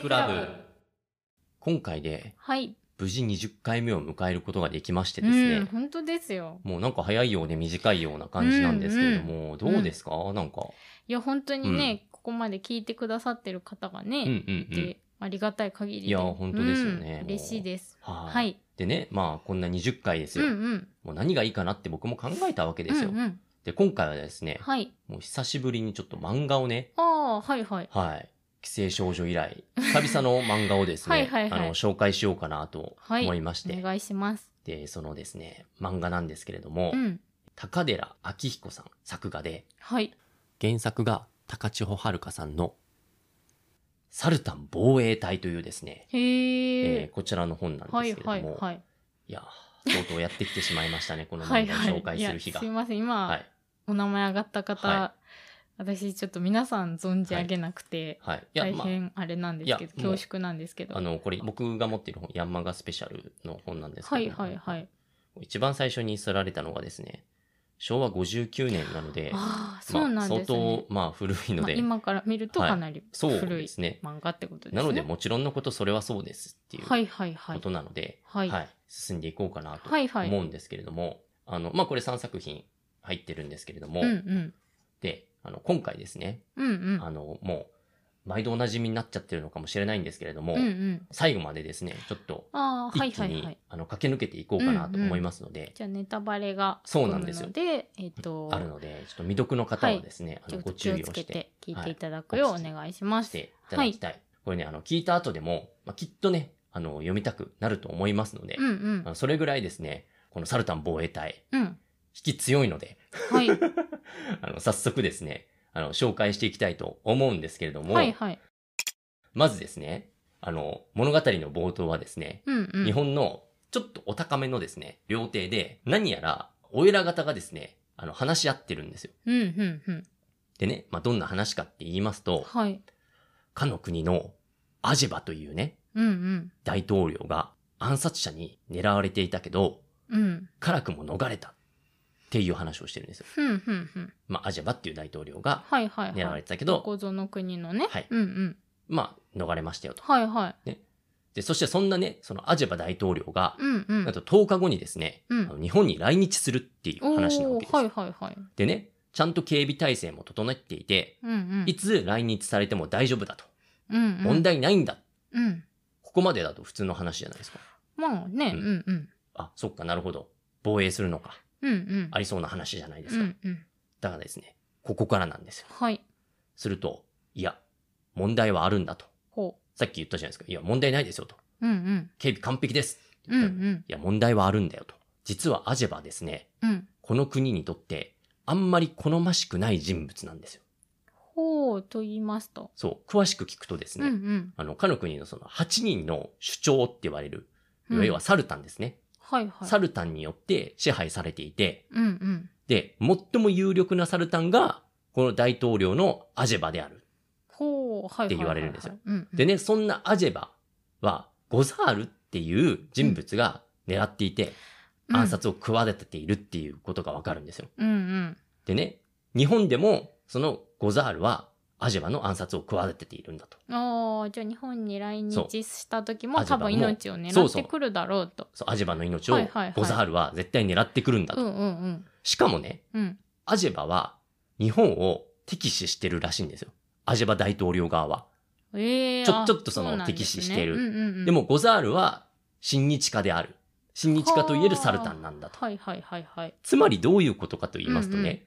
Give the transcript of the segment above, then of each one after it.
クラブ。今回ではい。無事20回目を迎えることができましてうですん、ね。本当ですよ。もうなんか早いようで短いような感じなんですけれども、どうですか、なんか。いや、本当にね、ここまで聞いてくださってる方がうんうんね、ういん。てありがたい限りで。いや本当ですよねうんもう嬉しいです。ははい。でね、まあこんな20回ですうんよ、うん。もう何がいいかなって僕も考えたわけですよ。うんうん。で、今回はですね、はい。もう久しぶりにちょっと漫画をね、ああ、はいはい。はい。寄生少女以 来、久々の漫画をですね、はいはいはいあの、紹介しようかなと思いまして、お願いします。で、そのですね、漫画なんですけれども、うん。高寺明彦さん作画で、はい。原作が高千穂遥さんの、サルタン防衛隊というですね、えへーえ。こちらの本なんですはけいれども、はいいはい。やー、とうとうやってきてしまいましたね、このは漫い画をはい。紹介する日が。いやすいはいません、今、はい。お名前上がった方、は私ちょっと皆さん存じ上げなくて、いや、大まあ、変あれなんですけど、いやもう恐縮なんですけど。あの、これ僕が持っている本、ヤンマガスペシャルの本なんですけはどいも、はいはい。一番最初に刷られたのがですね、昭和59年なので、ああ、そうなんですまあ、ね相。当、まあ、古いのまあ、で、今から見るとはいかなりそう古でいすね。漫画ってことですね。なので、もちろんのこと、それはそうですっていうはこいはいはい。となので、ははいい。進んでいこうかなとはいはい思うんですけれども、あの、まあ、これ3作品入ってるんですけれども、うんうん。で、あの、今回ですね、うんうん。あの、もう、毎度おなじみになっちゃってるのかもしれないんですけれども、うんうん。最後までですね、ちょっと、ああ、は一い気はに、いはい。あの、駆け抜けていこうかなと思いますので、じゃあネタバレがそうなんですよ含むので、えっと、あるので、ちょっと未読の方はですね、ちあょのっごと気注を意つをけしてて聞いていただくようお願いしましす。ていただきたい。これね、あの、聞いた後でも、まあ、きっとね、あの、読みたくなると思いますので、うんうんあ。のそれぐらいですね、このサルタン防衛隊、うん。引き強いので、 はい。あの、早速ですね、あの、紹介していきたいと思うんですけれども、はいはい。まずですね、あの、物語の冒頭はですね、うんうん。日本のちょっとお高めのですね、料亭で、何やら、お偉方がですね、あの、話し合ってるんですよ。うんうんうん。でね、まあ、どんな話かって言いますと、はい。かの国のアジェバというね、うんうん。大統領が暗殺者に狙われていたけど、うん。辛くも逃れたっていう話をしてるんですよ。ふんふんふん。まあ、アジャバっていう大統領がはいはい狙わはれい。てたけどど、こぞの国のね。はいうんうん。まあ、逃れましたよと。はいはい。で、そしてそんなね、そのアジャバ大統領が、うんうなんん。と10日後にですね、うんあの日本に来日するっていう話なわおけでーすよ。はいはいはい。でね、ちゃんと警備体制も整っていて、うんうん。いつ来日されても大丈夫だと。うんうん、問題ないんだ。うん。ここまでだと普通の話じゃないですか。まあね、ううんんうん。あ、そっかなるほど。防衛するのか。うんうん。ありそうな話じゃないでうすか。んうん。だからですね、ここからなんですよ。はい。すると、いや、問題はあるんだと。ほさっき言ったじゃないですか。いや、問題ないですよと。う。うん警備完璧です。うん。うんうん。いや、問題はあるんだよと。実はアジェバはですね、うん。この国にとって、あんまり好ましくない人物なんですよ。ほうと言いますと。そう、詳しく聞くとですうんね、うん。あの、かの国のその8人の首長って言われる、うん要はサルタンですね。はいはい。サルタンによって支配されていて、うんうん。で、最も有力なサルタンが、この大統領のアジェバである。ほう。はいはいはいはい。って言われるんですようんうん。でね、そんなアジェバは、ゴザールっていう人物が狙っていて、うん暗。殺を企てているっていうことがわかるんですよ。うんうん。でね、日本でも、そのゴザールは、アジェバの暗殺を企てているんだと。ああ、じゃあ日本に来そう日した時アもジア多版も分命をそ狙うっそうてくるだろうと。そう、アジェバの命をはいはいはい、ゴザールは絶対狙ってくるんだうと。んうんうん。しかもね、うん。アジェバは、日本を敵視してるらしいんですよ。アジェバ大統領側は。ええちょあちょっとそのうなんですね敵視してるうんうんうんでも、ゴザールは、親日家である。親日家といえるサルタンなんだと。はいはいはいはい。つまりどういうことかと言いますとね、うんうん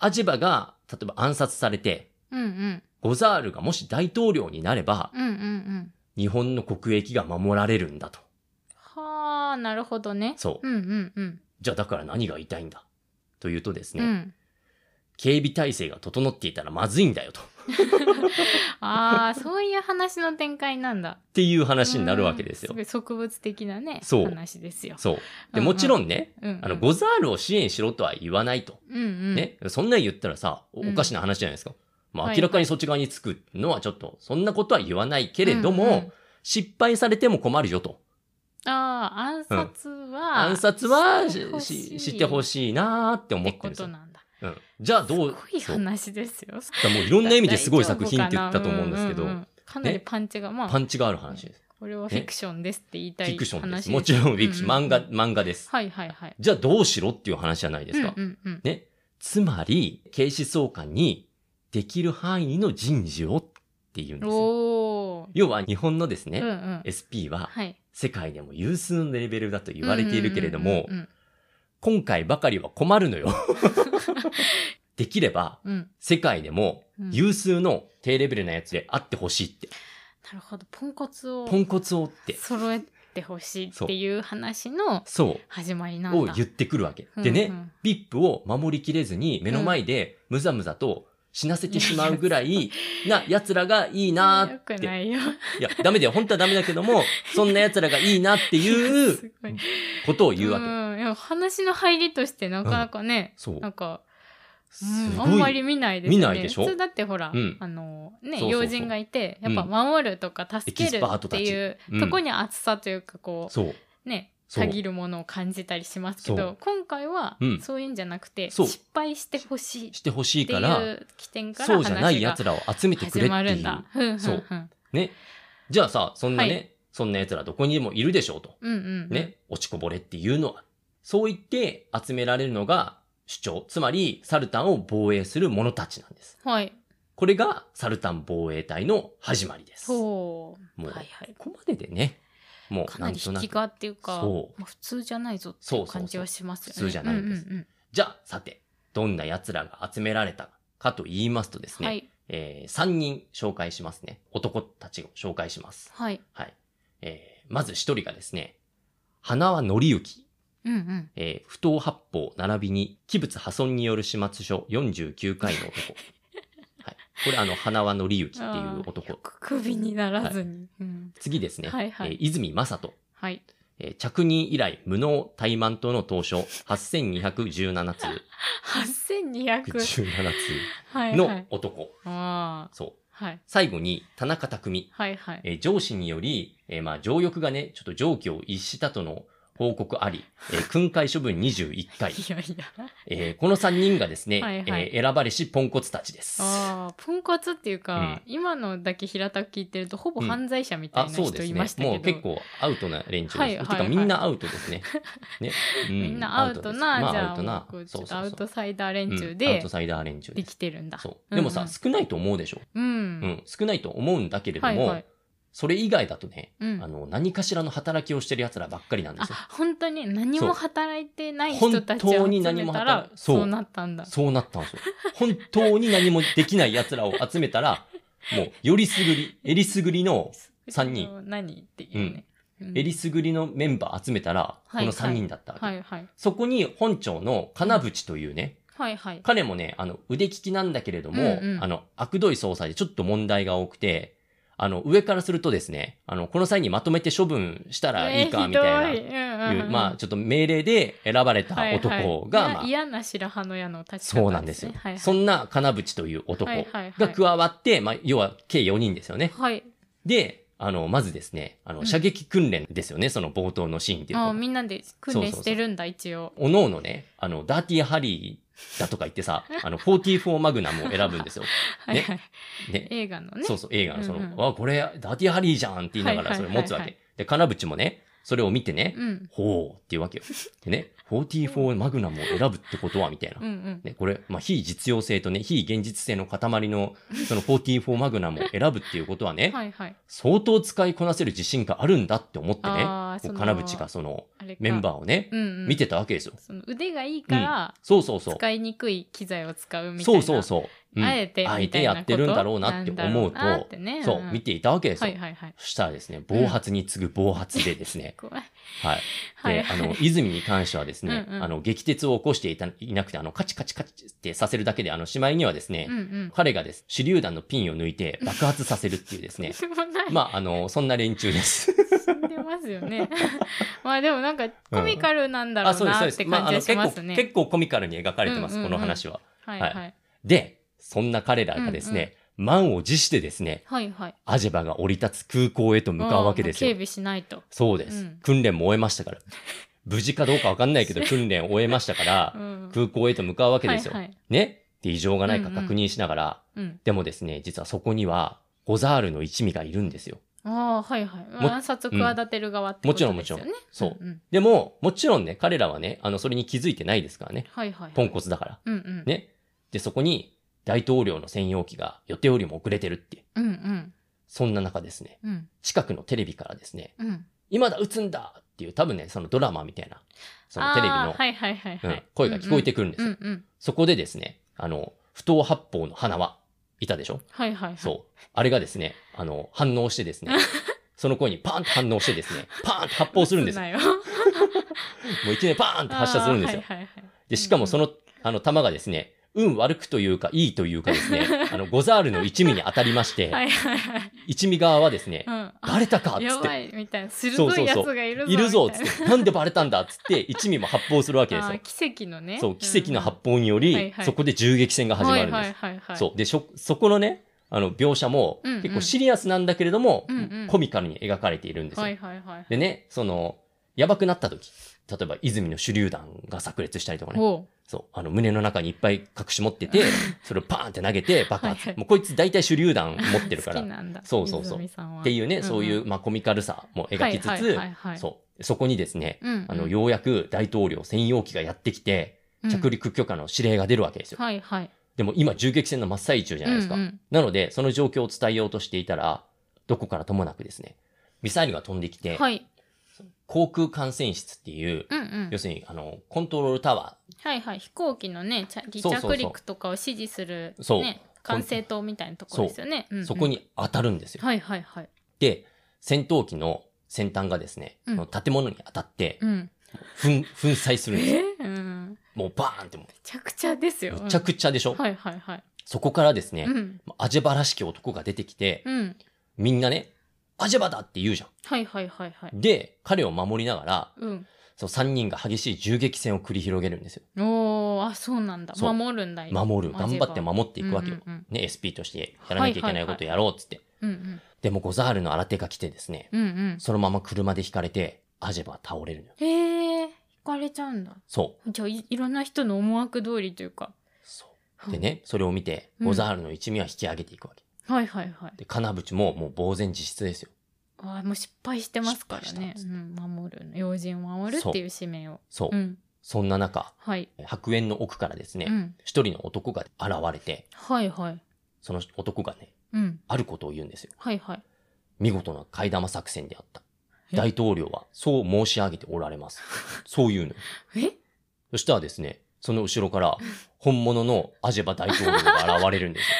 アジェバが、例えば暗殺されて、うんうん。ゴザールがもし大統領になれば、うんうんうん。日本の国益が守られるんだと。はあ、なるほどね。そう。うんうんうん。じゃあだから何が言いたいんだというとですうね、ん。警備体制が整っていたらまずいんだよと。っああ、 そういう話の展開なんだ。ていう話になるわけですようん。ごい植物的なね、そう話ですよ。そう。うんで、うんもちろんね、うん、あの、ゴザールを支援しろとは言わないと。うんうん。ね。そんなん言ったらさ、おうんおかしな話じゃないですか。まあはい明らかにそっち側につくのはちょっと、そんなことは言わないけれども、うんうん失敗されても困るよと。ああ、暗殺は、暗殺はししししてほいしいなーって思っっててるこんですとよ。なんだ。うん、じゃあどうすごいそうだか話ですよ。らもういろんな意味ですごい作品って言ったと思うんですけど、大丈夫かなうんうんかなりパンチが、まパあ、ンチがある話です。これはフィクションですって言いたフいィクションで話す。もちろんフィクション、うん漫うん画、漫画です。はいはいはい。じゃあどうしろっていう話じゃないですか。うんうんうんね。つまり、警視総監にできる範囲の人事をっていうんですよ。おー。要は日本のですね、うんうん。 SP ははい。世界でも有数のレベルだと言われているけれどもう、ん今回ばかりは困るの よ。できれば、うんうんうん。うん世界でもうん有数の低レベルなやつであってほしいって。なるほど。ポンコツをポンコツをって。揃えてほしいっていう話のそう。始まりなんだ。を言ってくるわけ。うんでうね、ん VIP を守りきれずに目の前でむざむざと死なせてしまうぐらいな奴らがいいなーよって。くないよ。いや、ダメだよ。本当はダメだけど も、そんな奴らがいいなっていうすごいことを言うわけ。 うん、いや話の入りとしてなかなかね、そうな。んか、すうん、あごんまい。り見ないですね。見ないでしょ普通だってほら、うんあのねそうそうそう要人がいてやっぱうん守るとか助けエキスるパートったてちいううんとこに厚さというかこう、そう。ねそうたぎるものを感じたりしますけそどう今回はうんそういうんじゃなくて、そう失敗してほしいっしてほしていいから、う起点からそうじゃない話が奴らを集めてくれ始まってるいんう。。だふんふそんうふんね。じゃあさ、そんなね、はそんな奴らどこにでもいるでしょうと。うんうんね、落ちこぼれっていうのは。そう言って集められるのが主張。つまり、サルタンを防衛する者たちなんです。はいこれがサルタン防衛隊の始まりです。こほうもうはいはいこまででね、もかうななんりと引なきく。がっていうかそうまあ、普通じゃないぞってそうそういうそう感じはしますよね普通じゃないんですうんうんうんじゃあ、さて、どんな奴らが集められたかと言いますとですね、はいえー、3人紹介しますね。男たちを紹介します。はいはい。えー、まず1人がですね、花輪則之。うんうんえー不当発砲並びに器物破損による始末書49回 の男。はい。これあの、花輪則之っていう男。首にならずに、うん次ですね。はいはえいー泉正人。はいえー着任以来無能怠慢との投書8217通。17 8200は通いはのい男。あーそう。はい最後に、田中匠。はいはいえー上司により、えーまあ、上欲がね、ちょっと上記を逸したとの報告あり、えー 訓戒処分21回。いやいやえーこの3人がですね、はいはいえー選ばれしポンコツたちです。あ、ああポンコツっていうか、今のだけ平たく聞いてるとほぼ犯罪者みたいなそう人ですいねまし。たけど、もう結構アウトな連中です。はいはいはいてかみんなアウトですね。ねうんみんなアウでトな、すじまゃあ、アあウトなもうちそょうっとアそうウそうトサイダー連中うんアウでトサイダー連中でできす。てるんだ。そう。でもさ、うんうん少ないと思うでしょ、うんうん。少ないと思うんだけれどはいも、はい。それ以外だとね、うんあの、何かしらの働きをしてる奴らばっかりなんであすよ。本当に何そうも働いてない人たちを本当集に何めもた働らいそうそうなったんだ。そうなったんですよ。本当に何もできない奴らを集めた ら、もう、よりすぐり、えりすぐりの三人人。何っていうね。うんえりすぐりのメンバー集めたら、はこいの3人だったわけ。はいはいそこに本庁の金淵というね、はいはい。彼もね、あの、腕利きなんだけれども、うんうんあの、悪どい捜査でちょっと問題が多くて、あの、上からするとですね、あの、この際にまとめて処分したらいいか、みたいな、えいう、ーひどいうんうんうんまあ、ちょっと命令で選ばれたはいはい男が、いやまあ、嫌な白羽の矢の立ち方そうなんですよ。ねはいそんな金淵という男はいはいはがい加わって、まあ、要は計4人ですよね。はい。はいで、あの、まずですね、あうの、ん射撃訓練ですよね、その冒頭のシーンっていうのあはみんなで訓練してるんだ一応。おのおのね、あの、ダーティーハリーだとか言ってさ、あの、44マグナムを選ぶんですよ。はいはい。ね。映画のね。そうそう、映画のその、うんうんわ、これ、ダーティーハリーじゃんって言いながらはいそはいれはい持つわけ。で、金淵もね、それを見てね、うんほうっていうわけよ。でね、44マグナムを選ぶってことは、みたいなうんう。ん。ね、これ、まあ、非実用性とね、非現実性の塊の、その44マグナムを選ぶっていうことはね、はいはい。相当使いこなせる自信があるんだって思ってね、あこーうその金淵がその、あれかメンバーをね、うんうん見てたわけですよ。その腕がいいから、そうそうそう。使いにくい機材を使うみたいそな。うそうそう。うんあえてあえみたていなやことってるんだろうなって思うと、なんだろうなってねそうう、ん見ていたわけですよ。はいはいはい。そしたらですね、暴発に次ぐ暴発でですね、 怖い。はい。はいで、あの、泉に関してはですね、うんうんあの、激鉄を起こしていたいなくて、あの、カチカチカチってさせるだけで、あの、しまいにはですね、 うんうん。彼がです、手榴弾のピンを抜いて爆発させるっていうですね、 しょうがない。まあ、あの、そんな連中です。死んでますよね。 まあでもなんか コミカルなんだろあ、うそうです、そうなっでてす。まあ、感あじの、が結構します、ね。結構コミカルに描かれてます、うんうんうんこの話は。はいはい。で、そんな彼らがですね、満を持してですね、はいはい。アジェバが降り立つ空港へと向かうわけですああよ警。備しないと。そうです、うん訓練も終えましたから。無事かどうかわかん ないけど、訓練を終えましたからう、ん。空港へと向かうわけですよ。はいはいねで、異常がないか確認しながら、うん。でもですね、実はそこには、ゴザールの一味がいるんですよ。ああ、はいはい。まあも暗殺企てる側ってもこちろとんもでちすろよんね。そう。うんうんでも、もちろんね、彼らはね、あの、それに気づいてないですからね。はいはいはい。ポンコツだから。うんうん。ね。で、そこに、大統領の専用機が予定よりも遅れてるって。うんうん。そんな中ですね、うん近くのテレビからですね、うん。今だ撃つんだっていう、多分ね、そのドラマみたいな、そのテレビの、あーはいはいはいはうんい。声が聞こえてくるんですうよ。んうん。そこでですね、あの、不当発砲の花輪、いたでしょはいはいはい。そう。あれがですね、あの、反応して ですね、その声にパーンと反応してですね、パーンと発砲するんですよ。撃 つなよ。もう一年パーンと発射するんですよあー。はいはいはいで、しかもその、あの、弾がですね、運悪くというか、いいというかです ね、あの、ゴザールの一味に当たりまして、はいはいはい。一味側はですねう、ん。バレたかっつやってば、いみたいな。そう鋭そういやつそうがいるぞ。いるぞみっつたいなって、なんでバレたんだっつって、一味も発砲するわけですあよー。奇跡のね。そう、奇跡の発砲砲によはいりは、いそこで銃撃戦が始まるんはでいす。はいはいはい。そう。で、しょそこのね、あの、描写も、うんうん結構シリアスなんだけれどもうんうん、コミカルに描かれているんですよは。いはいはい。でね、その、やばくなった時、例えば泉の手榴弾が炸裂したりとかね、おそう。あの、胸の中にいっぱい隠し持って て、それをパーンって投げて爆は発。いはいもうこいつ大体手榴弾持ってるから。 好きなんだ。そうそうそう泉さんはっていうね、そういんう、まあ、コミカルさもうん描きつはいつはい、はいはいそう。そこにですね、うんうんあの、ようやく大統領専用機がやってきて、うん着陸許可の指令が出るわけですよ。はいはい。でも今、銃撃戦の真っ最中じゃないですか。うんうんなので、その状況を伝えようとしていたら、どこからともなくですね、ミサイルが飛んできて、はい。航空管制室っていう、うんうん要。するに、あの、コントロールタワはいはい。飛行機のね、ちゃ離そうそうそう着陸とかを指示する、そうね、管制塔みたいなところですよね。うんうー、んそこ。に当たるんですよ。はいはいはい。で、戦闘機の先端がですね、うんこの建物に当たって、うん。ふん、粉砕すえるんですよ。うん。めもうバーンってもちゃくちゃですう、よ。むちゃくちゃでしょ、うんはいはいはい。そこからですねう、ん。アジェバらしき男が出てきて、うん。みんなね、アジェバだって言うじゃはいはいはいはい。ん。で、彼を守りながら、うん。その3人が激しい銃撃戦を繰り広げるんですよ。おー、あ、そうなんだ。そう守るんだ。守る。頑張って守っていくわけよ。うんうんね、SP としてやらなきゃいけないことやろうっつって。うんうん。でもゴザールの新手が来てですね、うんうん。そのまま車で引かれて、アジェバは倒れるのよ。へえ、引かれちゃうんだ。そう。じゃあい、いろんな人の思惑通りというか。そう。でね、それを見て、うんゴザールの一味は引き上げていくわけ。はいはいはい。で、金淵ももう呆然自失ですよ。あーもう失敗してますから失敗ねし。たうん、守る。要人を守るっていう使命を。そう。うん。そんな中、はい。白煙の奥からですうね、ん。一、人の男が現れて、はいはい。その男がね、うん。あることを言うんですよ。はいはい。見事な替え玉作戦であった。え大統領はそう申し上げておられ ます。そういうのよ。えそしたらですね、その後ろ から本物のアジェバ大統領が現れるんですよ。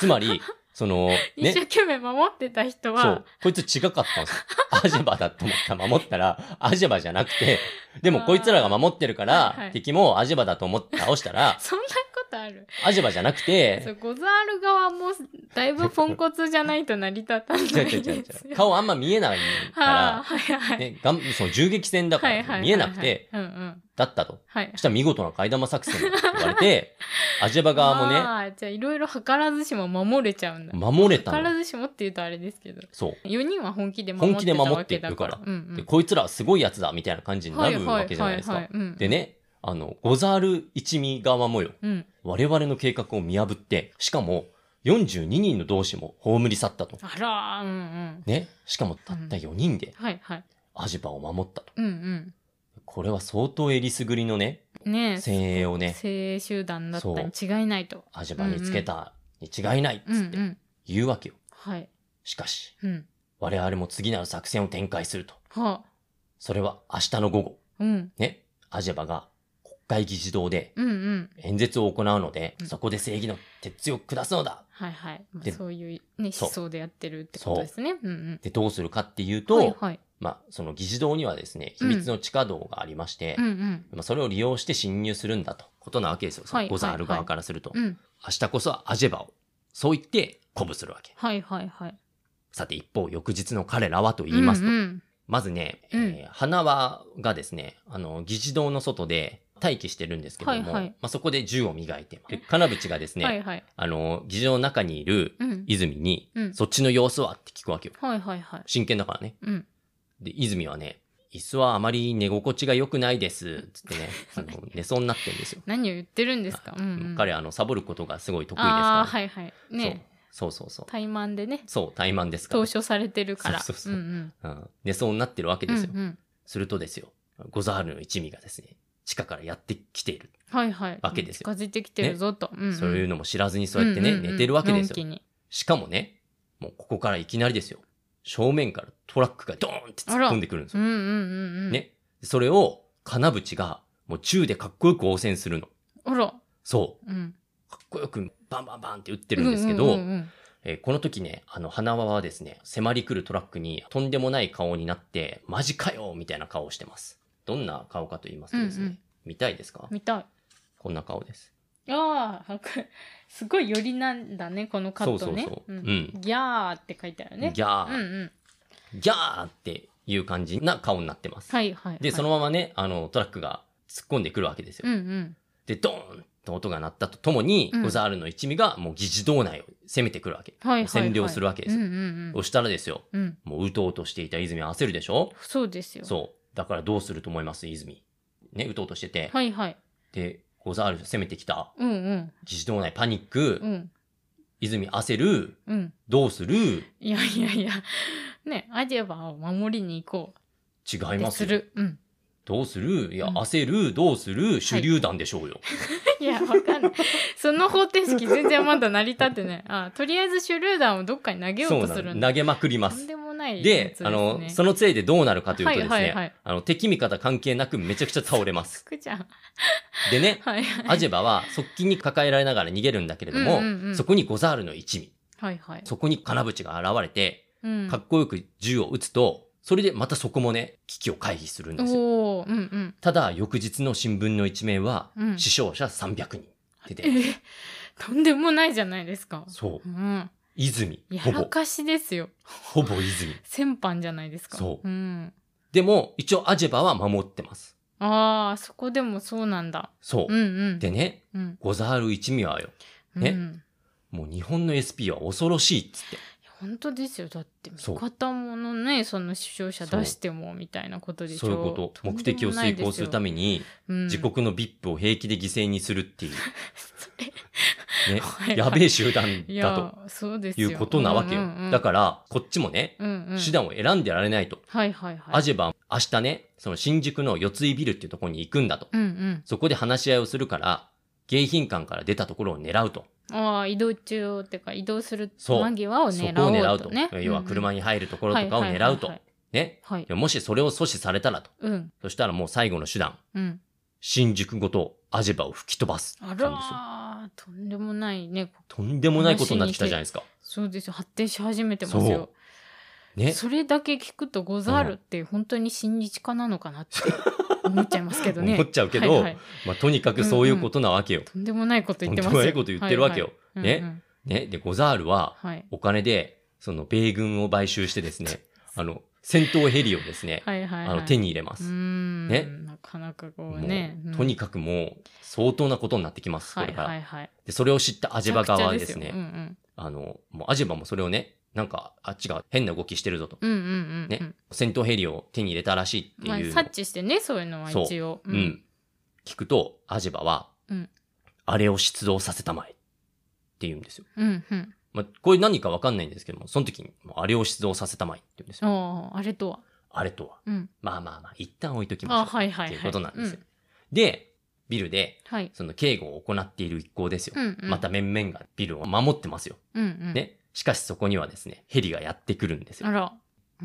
つまり、その、 一生ね、懸命守ってた人そはう、、こいつ違かったんですよ。 アジェバだと思ったら守ったら、アジェバじゃなくて、でもこいつらが守ってるかあーはいはらい、敵もアジェバだと思って倒したら、そんなことあるアジェバじゃなくそうて、ゴザール側もだいぶポンコツじゃないと成り立たな違う違いう違う違でうすよ。顔あんま見えない はあ、かはいはら、い。ね、がんその銃撃戦だかはいはいはいはらい見えなくて、、うんうん。だったと。はいそ。したら見事な替え玉作戦だって言われ て、アジェバ側もね、あーじゃあいろいろ図らずしも守れちゃうんだ。守れた図らの。ずしもって言うとあれですけど。そう。 4人は本気で守ってたわけだから。本気うんうんで、こいつらはすごいやつだみたいな感じになるわけじゃないですか。うんでね、あの、ゴザール一味側もよ、うん。我々の計画を見破って、しかも42人の同志も葬り去ったと。あらー、うんうん。ね、しかもたった4人ではいはい。アジバを守ったと。うんこれは相当えりすぐりのね、うん。ねえ、精鋭をね、精鋭集団だったに違いないと。アジバにつけたに違いないっうんうつってん。言うわけよ。はい。しかし、うん。我々も次なる作戦を展開すると。はあ。それは明日の午後、うん。ね、アジバが国会議事堂でうんうん。演説を行うので、うんそこで正義の鉄を下すのだはいはい。まあ、でそういうね、そう思想でやってるってことですね。うんうん。で、どうするかっていうと、はいはい。まあ、その議事堂にはですね、う秘ん密の地下道がありまして、うんうん。まあ、それを利用して侵入するんだと、ことなわけですよ。そはのいゴザーはいはルい側からすると。うん。明日こそはアジェバを。そう言って、鼓舞するわけ。はいはいはい。さて、一方、翌日の彼らはと言いますと、うんうんまずね、えー花輪がですね、あの、議事堂の外で待機してるんですけども、はいはいまあ、そこで銃を磨いてます、で金淵がですね、はいはい。あの、議事堂の中にいるうん。泉に、うんそっちの様子はって聞くわけよ。はいはいはい。真剣だからね。うん。で、泉はね、椅子はあまり寝心地が良くないです。つ ってね、あの、寝そうになってんですよ。何を言ってるんですか。うん、うん。彼、あの、サボることがすごい得意ですああかー、はいはい。ら。ね。そうそうそう。怠慢でねそう、怠慢ですから投。書されてるからそうそうそううんうんうん、で、そうなってるわけですよ。うんうんするとですよ、ゴザールの一味がですね、地下からやってきている。はいはいわけですよ近づいてきてるぞと、うんんそういうのも知らずにそうやってね、んんん寝てるわけですよ。のんきにしかもね、もうここからいきなりですよ、正面からトラックがドーンって突っ込んでくるんですうよ。んうんうんうんね。それを、金淵が、もう銃でかっこよく応戦するの。あらそう。うんかっこよくバンバンバンって撃ってるんですけど、うんうんうんうんえーこの時ね、あの、花輪はですね、迫り来るトラックにとんでもない顔になって、マジかよみたいな顔をしてます。どんな顔かと言いますとですね、うんうん見たいですか見たいこんな顔です。ああ、すごいよりなんだね、このカットね。そうそうそううんうんギャーって書いてあるね。ギャー、うんうん。ギャーっていう感じな顔になってます。はいはい、はい。で、その、ままね、あの、トラックが突っ込んでくるわけですよ。うんうん。で、ドーンと音が鳴ったとともに、うんゴザールの一味がもう議事堂内を攻めてくるわけ。はいはい、はい。占領するわけですうんよ。うんうんそしたらですよ、うん。もううとうとしていた泉は焦るでしょそうですよ。そう。だからどうすると思います、泉。ね、うとうとしてて。はいはい。で、ゴザール攻めてきた、うんうん。議事堂内パニック、うん泉焦る、うん。どうする、いやいやいや。ね、アジェバを守りに行こ違う。いっまてすすよる。うん。どうするいや、うん焦る、どうする手榴弾でしょうよ。いや、わかんない。その方程式全然まだ成り立ってない。あとりあえず手榴弾をどっかに投げようそうとなするの。んだ。投げまくりまとんす。でもないやつで、すねあの、その杖でどうなるかというとですね、はいはいはいあの、敵味方関係なくめちゃくちゃ倒れますつ。くじゃん。でね、はいはい。アジェバは側近に抱えられながら逃げるんだけれども、うんうんうんそこにゴザールの一味、はいはい。そこに金淵が現れて、うんかっこよく銃を撃つと、それでまたそこもね、危機を回避するんですよ。おおー、うんうん。ただ、翌日の新聞の一面は、うん死傷者300人出て、えとんでもないじゃないですか。そうう、ん。泉、ほやらぼ、かしですよ。ほぼ泉。先般じゃないですか。そううん。でも、一応アジェバは守ってます。ああ、そこでもそうなんだ。そうう。んうん。でね、うん。ゴザール一味はよ、うん。ねもう日本の SP は恐ろしいっつって。本当ですよ。だって、そう味方ものね、その死傷者出してもみたいなことでしょ。そういうこと。目的を遂行するためめ、に、うん、自国 の VIP を平気で犠牲にするっていそれう、ねはいは、いやべえ集団いだや、そうですといよ。うことなわけよ。だから、こっちもね、ら、うんうん、手段を選んでられないと。はいはいはい。アジェバは明日ね、その新宿の四つ井ビルっていうところに行くんだと。うんうん。そこで話し合いをするから、迎賓館から出たところを狙うと。ああ、移動中ってか、移動するそう間際をそこを狙狙おううと。とね。要は車にに入るところとかを狙うと。はいね。はいはいはいはい。もしそれを阻止されたらと。はいうん。そしたらもう最後の手段。うん。新宿ごとアジェバを吹き飛ばす。あなんですよらー、とんでもないね。ことんでもないことになってきたじゃないですか。そうですよ。発展し始めてますよ。ね。それだけ聞くと、ゴザールって本当に親日家なのかなって 思っちゃいますけど ね。思っちゃうけど、はいはいまあ、とにかくそういうことなわけよ。とんでもないこととん言ってでますもないこと言ってるわけよ。。はいはいうんうんね。で、ゴザールは、はいお金で、その米軍を買収してです ね、あの、戦闘ヘリをですね、はいはいはい。あの、手にに入れます。ねね。なかなかこうねも。うとにかくもう相当なことになってきます、かく、こはれいから、はいはい。で。それを知ったアジェバ側はですめね、ちゃくちゃようんうんあの、もうアジェバもそれをね、なんかあっちが変な動きしてるぞと、うんうんうんうん、ね戦闘ヘリを手に入れたらしいってまあいう、察知してねそういうのはそう一応うん、聞くと、アジェバは、うんあれを出動させたまえって言うんですよ。うんうんまあ、これ何かわかんないんですけども、その時に、もうあれを出動させたまえって言うんですよ。あああれとはあれとは。うんまあまあまあ、一旦置いときましょう。あはいはいはいっていうことなんですよ。うんで、ビルで、はいその警護を行っている一行ですよ。うんうんまた面々がビルを守ってますよ。うんうんね。しかしそこにはですね、ヘリがやってくるんですあよ。ら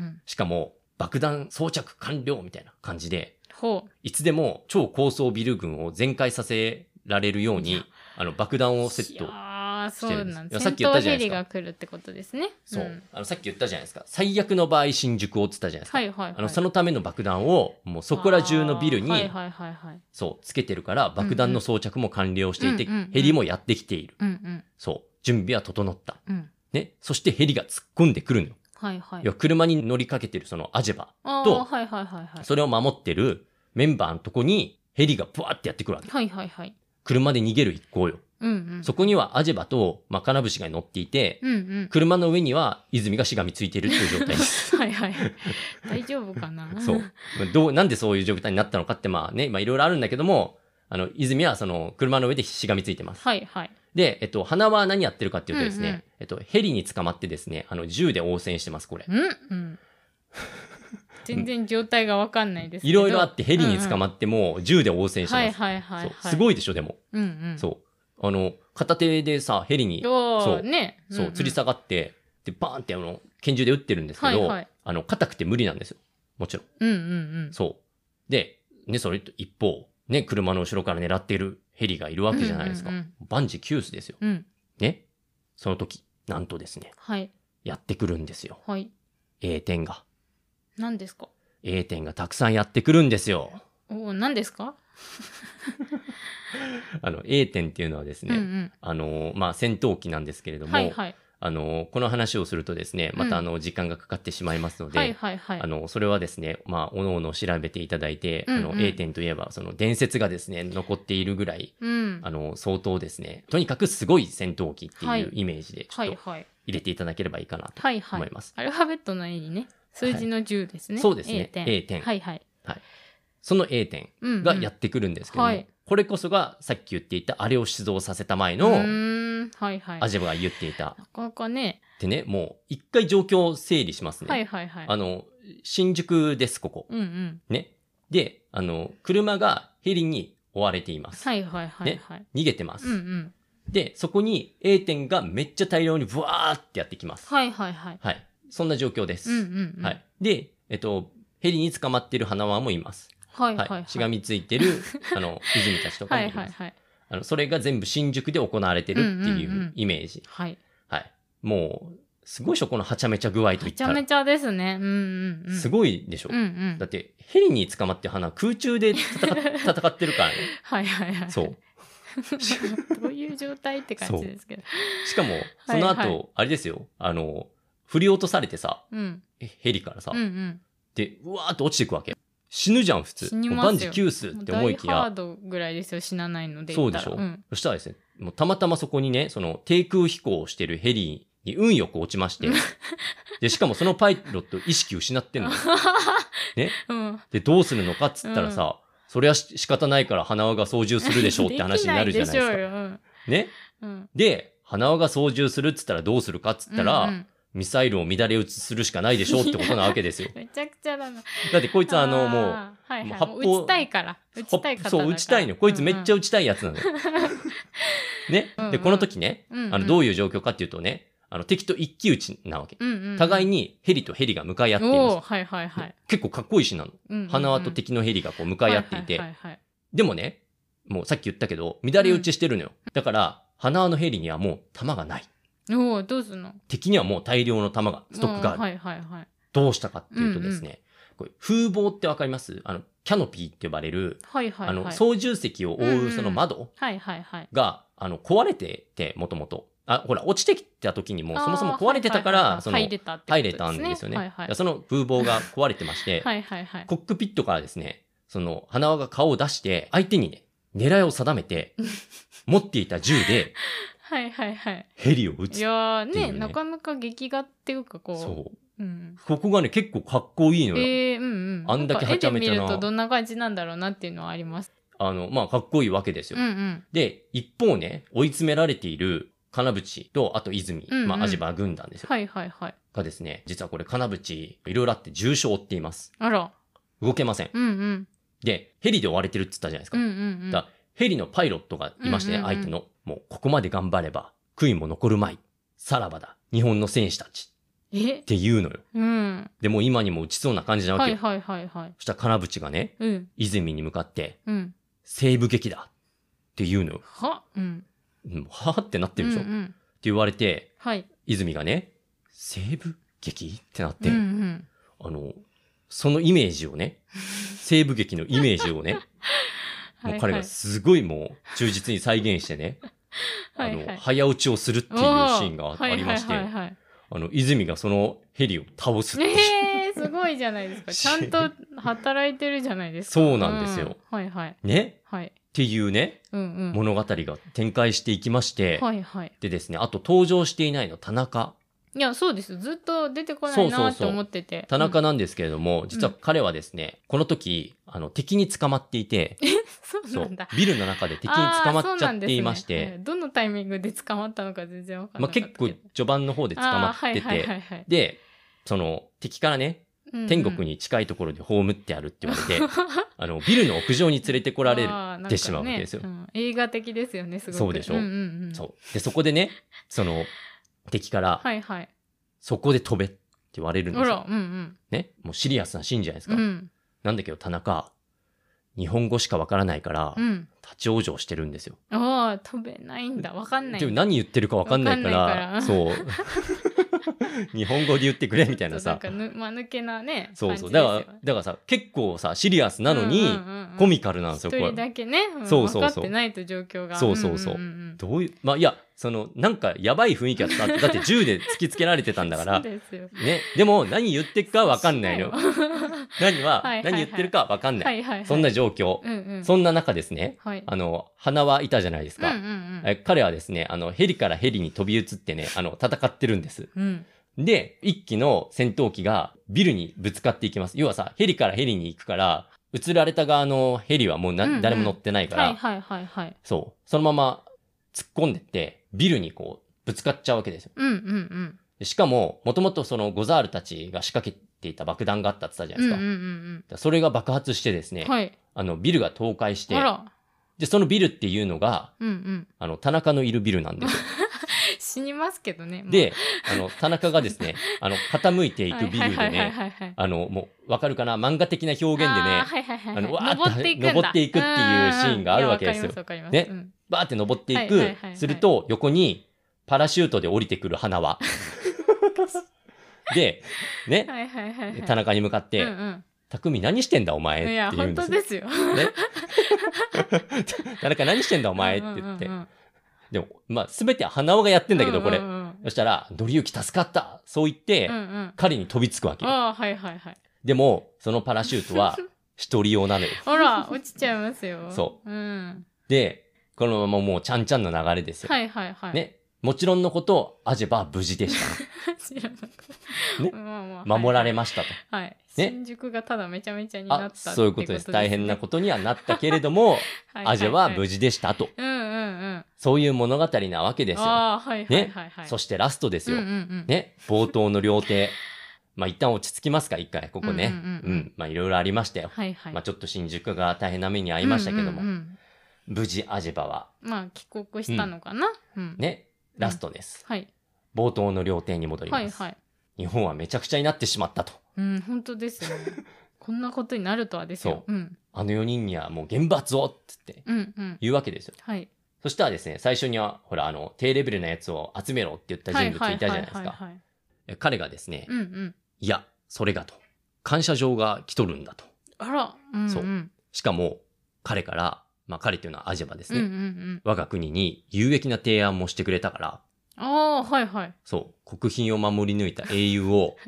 うんしかも、爆弾装着完了みたいな感じで、ほういつでも超高層ビル群を全開させられるよういにや、あの、爆弾をセット。ああそうなんいやですさっ戦き言った闘じゃなヘいですリかが来るってことですねそう、んあの、さっき言ったじゃないですか。最悪の場合、新宿をって言ったじゃないですか。はいはいはいあの、そのための爆弾を、もうそこら中のビルに、あーはいはいはいはいそう、つけてるから、爆弾の装着も完了していて、うんうんうんうんヘリもやってきている。うんうんそう、準備は整った。うんね。そしてヘリが突っ込んでくるのよ。はいはい要は車に乗りかけてるそのアジェバ、あとあはいはいはいはいそれを守ってるメンバーのとこにヘリがブワーってやってくるわけ。はいはいはい車で逃げる一行よ。うんうんそこにはアジェバと、まあ、金節が乗っていて、うんうん車の上には泉がしがみついてるっていう状態で す。はいはい大丈夫かなそう。まあどう、なんでそういう状態になったのかって、まあね、まあいろいろあるんだけども、あの、泉はその車の上でしがみついてます。はいはいで、えっと、花は何やってるかっていうとですね、うんうんえっと、ヘリに捕まってですね、あの、銃で応戦してます、これ。うんうん。全然状態がわかんないですけいど。ろいろあって、ヘリに捕まっても、銃で応戦してはいます。はいはいはい。そうすごいでしょ、でも。うんうん。そう。あの、片手でさ、ヘリに、そそううね。そう、吊りさ下がって、で、バーンって、あの、拳銃で撃ってるんですけはいど、はい。あの、硬くて無理なんですよ。もちろん。うんうんそう。で、ね、それと一方、ね、車の後ろから狙っているヘリがいるうわん。けじゃないですか。うん万事休すですよ。うんうん。ね。その時、なんとですね、はいやってくるんですよ。はい。 A 点が。何ですか A 点がたくさんやってくるんですよ。おお何ですかあの、A 点っていうのはですうんうね、ん。あの、まあ、戦闘機なんですけれども、はいはい。あの、この話をするとですね、またうあの、時間がかかってしまいますので、はいはいはいあ。の、それはですね、まあ、おのおの調べていただいて、うあんうの、ん A 点といえば、その伝説がですね、残っているぐらい、うん。あの、相当ですね、とにかくすごい戦闘機ってはいいうイメージで、ちょはっいとはい。入れていただければいいかなとはいは思いい。ます。アルファベットの A にね、数字の10ですね。そうですね A 点。 A10 はいはい。その A 点うんうん。がやってくるんですけども、はいこれこそがさっき言っていたあれを出動させた前うのーんはいはい。アなジェブが言っていた。かなかね。でね、もう一回状況を整理しますね。はいはいはい。あの、新宿です、ここ。うんうん。ね。で、あの、車がヘリに追われています。はいはいはいはい。逃げてます、うんうん。で、そこに A 点がめっちゃ大量にブワーってやってきます。はいはいはい。はい。そんな状況です。うんうんうん。は。い。で、えっと、ヘリに捕まってる花輪もいます。ははいい。はいはい。しがみついてる、 あの、泉たちとかはもいいます。はいはい。あの、それが全部新宿で行われてるっていんうんううんうイメージ。はい。はい。もう、すごいでしょ、このはちゃめちゃ具合といめっちたゃらめ。ちゃですね。うんうんうん。すごごいでしょ。うんうんだっ。て、ヘリに捕まって花、空中で 戦っ戦ってるからね。はいはいはい。そ。う。 どういう状態って感じですけど。しかも、その後、はいはあれですよ、あの、振り落とされてさ、うん。えヘリからさ、うんうん。で、うわーっと落ちていくわけ。死ぬじゃん、普通。死にますよもう万事休すって思いきもうダイハやー、ドぐらいですよ、死なないのでそ言うったでら。しょ、ん。そしたらですね、もうたまたまそこにね、その低空飛行をしてるヘリに運よく落ちま してうん、で、しかもそのパイロット意識失ってんの。ね。うん。で、どうするのかっつったらさ、それはし仕方ないから花輪が操縦するでしょうって話になるじゃないですきか。でしょうよ。ね。うん。うんで、花輪が操縦するっつったらどうするかっつったら、うんうん。ミサイルを乱れ撃ちするしかないでしょうってことなわけですよめちゃくちゃだな。だってこいつはあの、もう、あーはいはい、もう発も砲う打ちたいから。打ちたい方だからそう、打ちたいの。こいつめっちゃ打ちたいやつなのよ。ね うんうん。で、この時ね、うんうんあの、どういう状況かっていうとね、あの、敵と一騎打ちなわけ。うんうんうん、互いににヘリとヘリが向かい合っていおまーはいはいす。はい。結構かっこいいシーンなの。うんうんうん花輪と敵のヘリがこう向かい合っていては。いはいでもね、もうさっき言ったけど、乱れ打ちしてるのよ。だから、花輪のヘリにはもう弾がない。はいはい、おーどうすんの敵にはもう大量の弾が、ストックがあうるん。はいはいはい。どうしたかっていうとですね、これ風防ってわかりますあの、キャノピーって呼ばれる、はいはいはい。あの、操縦席を覆うその窓、はいはいはい。が、あの、壊れてて、もともと。あ、ほら、落ちてきた時にもうそもそもあー壊れてたから、はいはいはいその、入れたってこと入れたんですよね。はいはいだから。その風防が壊れてまして、 はいはいはい。コックピットからですね、その、花輪が顔を出して、相手にね、狙いを定めて、 持っていた銃ではいはいはい。ヘリを撃いつ。やーっていね、うねなかなか劇画っていうかこう。そう。う。ん。ここがね、結構かっこいいのよ。えー、うんうん。あんだけはちゃめちゃななんか絵で見るとどんな感じなんだろうなっていうのはあります。あの、まあ、かっこいいわけですうよ。んうん。で、一方ね、追い詰められている金淵と、あと泉、うんうんまあ、アジバ軍団ですよ。はいはいはい。がですね、実はこれ金淵、いろいろあって重傷を負っています。あら。動けません。うんうん。で、ヘリで追われてるって言ったじゃないですうか。んうんうん。だからヘリのパイロットがいまして、ねうんうんうん相手の、もうここまで頑張れば、悔いも残るまい。さらばだ。日本の戦士たち。えって言うのよ。うん。で、もう今にも打ちそうな感じなわはけいよ。はいはいはい。そしたら金淵がね、うん。泉に向かって、うん。西部劇だ。って言うのよ。はうん。うんはぁってなってるでしょ。うんっうてん、言われて、はい。泉がね、西部劇ってなって、うんうん、あの、そのイメージを ね、西部劇のイメージをね、もう彼がすごいもう忠実に再現してね、 はいあはの、い早打ちをするっていうシーンがありまして、はいはいはいはいあの、泉がそのヘリを倒すっていうえー、すごいじゃな いですか。ちゃんと働いてるじゃないですか。そうなんですようんはいはい。ね、はい。っていうね、うんうん。物語が展開していきまして、はいはい。でですね、あと登場していないの田中。いや、そうです。ずっと出てこなそいうそなうってそう思ってて。田中なんですけれども、実は彼はですね、この時、あの、敵に捕まっていて、うん。え、そう そなうんだ。ビルの中で敵に捕まっちゃっていましあーそうなんですねて、えーどのタイミングで捕まったのか全然わかんなまあ、かったけ結ど。構序盤の方で捕まっあーてはいはて、いはいはいで、その敵からね、うんうん天国に近いところで葬ってあるって言わ れて、あの、ビルの屋上に連れてこられる。あーなんかてしまうわけですよねうん映画的ですよね、すごく。そうでしょんうんうん、そう。で、そこでね、その、敵から、はいはい。そこで飛べって言われるんあですよ。ら、うんね。もうシリアスなシーンじゃないですうん。か。うん。なんだけど、田中、日本語しかわからないから、うん。立ち往生してるんですよ。ああ、飛べないんだ。わかんない。でも何言ってるかわかんないから、わかんないからそう。 日本語で言ってくれみたいなさちょ。っとなんかぬ、間抜けなね。そうそう。だ感じかでらすよ、だからさ、結構さ、シリアスなのに、うんうんうんコミカルなんです一よ、これ人。だけね、うんそうそうそう分かってないと状況が。そうそうそうんんんどういう、まあ、いや、その、なんか、やばい雰囲気だ った。だって銃で突きつけられてたんだからそ、うですよ。ね。でも、何言ってるかわかんないの。は何は、はいはいはい何言ってるかわかんいな。はいいはい。そんな状況。うんうん。そんな中ですね、はい。あの、花はいたじゃないですうんうか。んうん。え彼はですね、あの、ヘリからヘリに飛び移ってね、あの、戦ってるんです。うん。で、一機の戦闘機がビルにぶつかっていきます。要はさ、ヘリからヘリに行くから、移られた側のヘリはもうな、うんうん誰も乗ってないから、はいはいはいはい。そう、そのまま突っ込んでって、ビルにこう、ぶつかっちゃうわけですよ。うんうんうん。でしかも、もともとそのゴザールたちが仕掛けていた爆弾があったって言ったじゃうなんいうんですうか。んだからそれが爆発してですね、うん。はい。あの、ビルが倒壊してあ、ら。で、そのビルっていうのが、うんうん。あの、田中のいるビルなんですよ。死にますけどね。もう、で、あの、田中がですね、あの、傾いていくビルはでいはいはいね、はいはい。あの、もう、わかるかな漫画的な表現であーね、はいはいはいはいあのわーって登っていくんだ登っていくっていうシーンがあるわけですようんうんいやわかりますわかります。ねうんバーって登っていはいはいくはいは、いすると、横に、パラシュートで降りてくる花 輪。で、ね、はいはいはいはい。田中に向かっうて、ん匠何してんだお前うん。いっや、て言うん本で当すよ。ですよ。ね。 田中何してんだおお前って言って。でも、まあ、すべては花輪がやってんだけど、これうんう。んそしたら、ドリユキ助かったそう言ってうん。う、ん彼に飛びつくわけよ。ああ、はいはいはい。でも、そのパラシュート は、一人用なのよ。ほら、落ちちゃいますよ。。そううん。で、このままもうちゃんちゃんの流れですよ。はいはいはい。。ね。もちろんのこと、アジェバは無事でした。 知らなかった。ねまあまあ守られましたと。はい。はいね新宿がただめちゃめちゃになあ、った。そういうことです。大変なことにはなったけれども、とアジェは無事。事でしたと。うんうんうん。そういう物語なわけですよ。ああ、はいはいねはいはい。。そしてラストですようんう。んうん。ね。冒頭の両手。 まあ、一旦落ち着きますか、一回、ここね。ううんうんうんうんん。まあ、いろいろありましたよ。はいはい。まあ、ちょっと新宿が大変な目に遭いましたけどうんうんうも、ん無事アジェバは、まあ帰国したのかな。うん。ね、ラストです。はい。冒頭の料亭に戻りまはす。いはい。日本はめちゃくちゃになってしまったと。うん、本当ですよね。 こんなことになるとはですよ。うん。あの4人にはもう厳罰をって言ってうんうん。言うわけですよ。はい。そしたらですね、最初には、ほら、あの、低レベルなやつを集めろって言ったはい人は物いいたじはゃないいですはいか。はい。彼がですねう、んうん。いや、それがと。感謝状が来とるんだと。あら。うんそううん。うんしかも、彼から、まあ彼っていうのはアジェバですうんうね。ん。我が国に有益な提案もしてくれたから、ああ、はいはい。そう、国賓を守り抜いた英雄を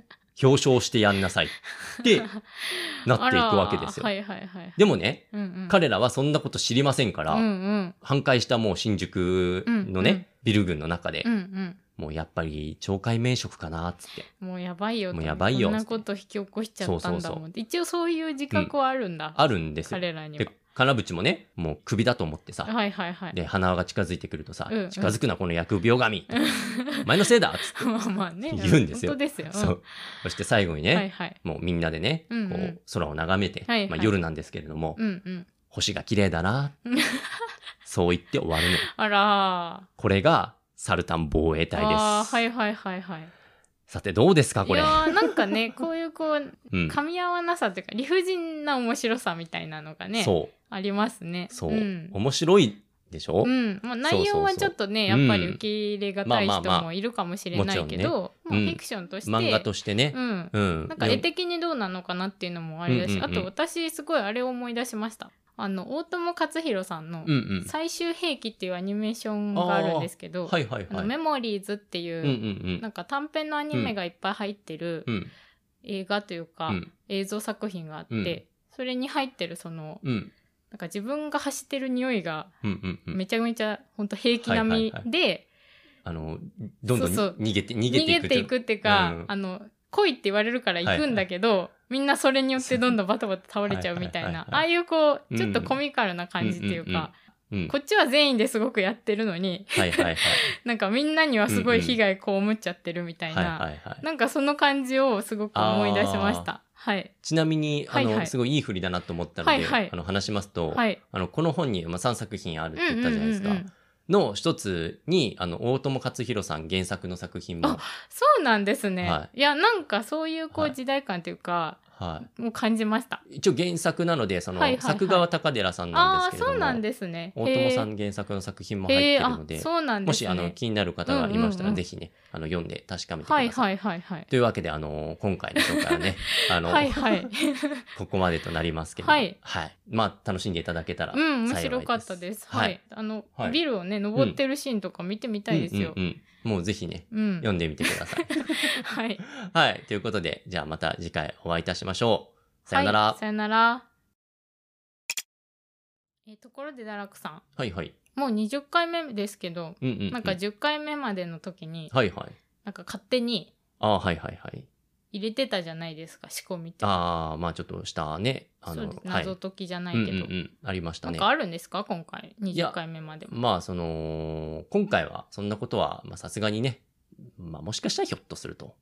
表彰してやんなさい ってなっていくわけですよ。あらはいはいはい。でもね、うんうん、彼らはそんなこと知りませんから、うんうん。半壊したもう新宿のね、うんうんビル群の中で、うんうん。もうやっぱり懲戒免職かなっつって。もうやばいよと。もうやばいよこんなこと引き起こしちゃったんだそうもそん。一応そういう自覚はあるんだ。あるんですよ。彼らにでは。、金淵もね、もう首だと思ってさ、はいはいはい。で、鼻が近づいてくるとさ、うんうん近づくなこの疫病神ってお前のせいだっつっ まあまあね。 言うんですよ本当ですよ。て。そう。そして最後にうね、ん。はいはい。もうみんなでね、うんうんこう空を眺めて、はいはいまあ、夜なんですけれども、うんうん。星が綺麗だな、そう言って終わるの。あらー。これがサルタン防衛隊です。あーはいはいはいはい。さてどうですかいこれや。ーなんかね、 こういうこう、うん噛み合わなさというか、理不尽な面白さみたいなのがね、そう。ありますね。そう、うん面白いでしょ、うんまあ、内容はちょっとねそうそうそうやっぱり受け入れがたいうんまあまあ人まあもいるかもしれないけど、もちろんねうんまあフィクションとして,、漫画としてねう。ん、うん。なんかで絵も的にどうなのかなっていうのもあれだし、うんうんうんあと私すごいあれを思い出しましたあの大友克洋さんのうん「最終兵器」っていうアニメーションがあるんですけうどん。 「はいはいあのはい。メモリーズ」っていう、うんうんなんか短編のアニメがいっぱい入ってるうん。うん。映画というか、うん映像作品があって、うんそれに入ってるそのうん。なんか自分が走ってる匂いがうんうんうん。めちゃめちゃ本当平気並みで、はいあの、どんどんそうそう逃げて、逃げ逃ていげくていくっていうか、うんあの来いって言われるから行くんだけど、みんなそれによってどんどんバタバタ倒れちゃうみたいなはいはいはいはいああいうこううんちうょんっとコミカルな感じっていうか、うんうんうんうん。こっちは善意ですごくやってるのにはいはいはい。なんかみんなにはすごい被害被っちゃってるみたはいいな、はいはい。なんかその感じをすごく思い出しました。はい。ちなみに、あはいはの、いすごいいい振りだなと思ったのはいはいで、あの、話しますと、はい。あの、この本に、まあ、3作品あるってう言っんうんたうじゃないですんうか。ん。の一つに、あの、大友克洋さん原作の作品も、そうなんですね。、はいやなんかそういうこはうい時代感というか、はもう感じました。い。一応原作なので、その、はいはいはい作画は高寺さんなんあですあけれども、そうなんですね。大友さへん原作の作品もえ入ってへえるあので、そうなんでもすし、ね。あの、気になる方がいましたうんら、うんうんぜひね、あの、読んで確かめてくだはさいい。はいはいはい。というわけで、あの、今回の紹介 はね、あの、はいはい。 ここまでとなりますけれども、はいまあ、楽しんでいただけたらう幸いでんす。面白かったです。はい。あの、はいビルをね登ってるシーンとか見てみたいですよ。うんうんうん、もうぜひね、うん、読んでみてください。はい。 はい。ということで、じゃあまた次回お会いいたしましょう。さよなら。はいさよなら。えところで堕落さん。はいはい。もう20回目ですけど、うんうん、うん。なんか10回目までの時に、はいはい。なんか勝手にああ、はいはいはい。入れてたじゃないですか、仕込みって。ああ、まあちょっとしたね。あそうのです、はい。謎解きじゃなないけど。うんうんうん、ありましたなんねか。あるんですか、今回。や20回目までも。まあその、今回はそんなことは、まあさすがにね、まあもしかしたらひょっとすると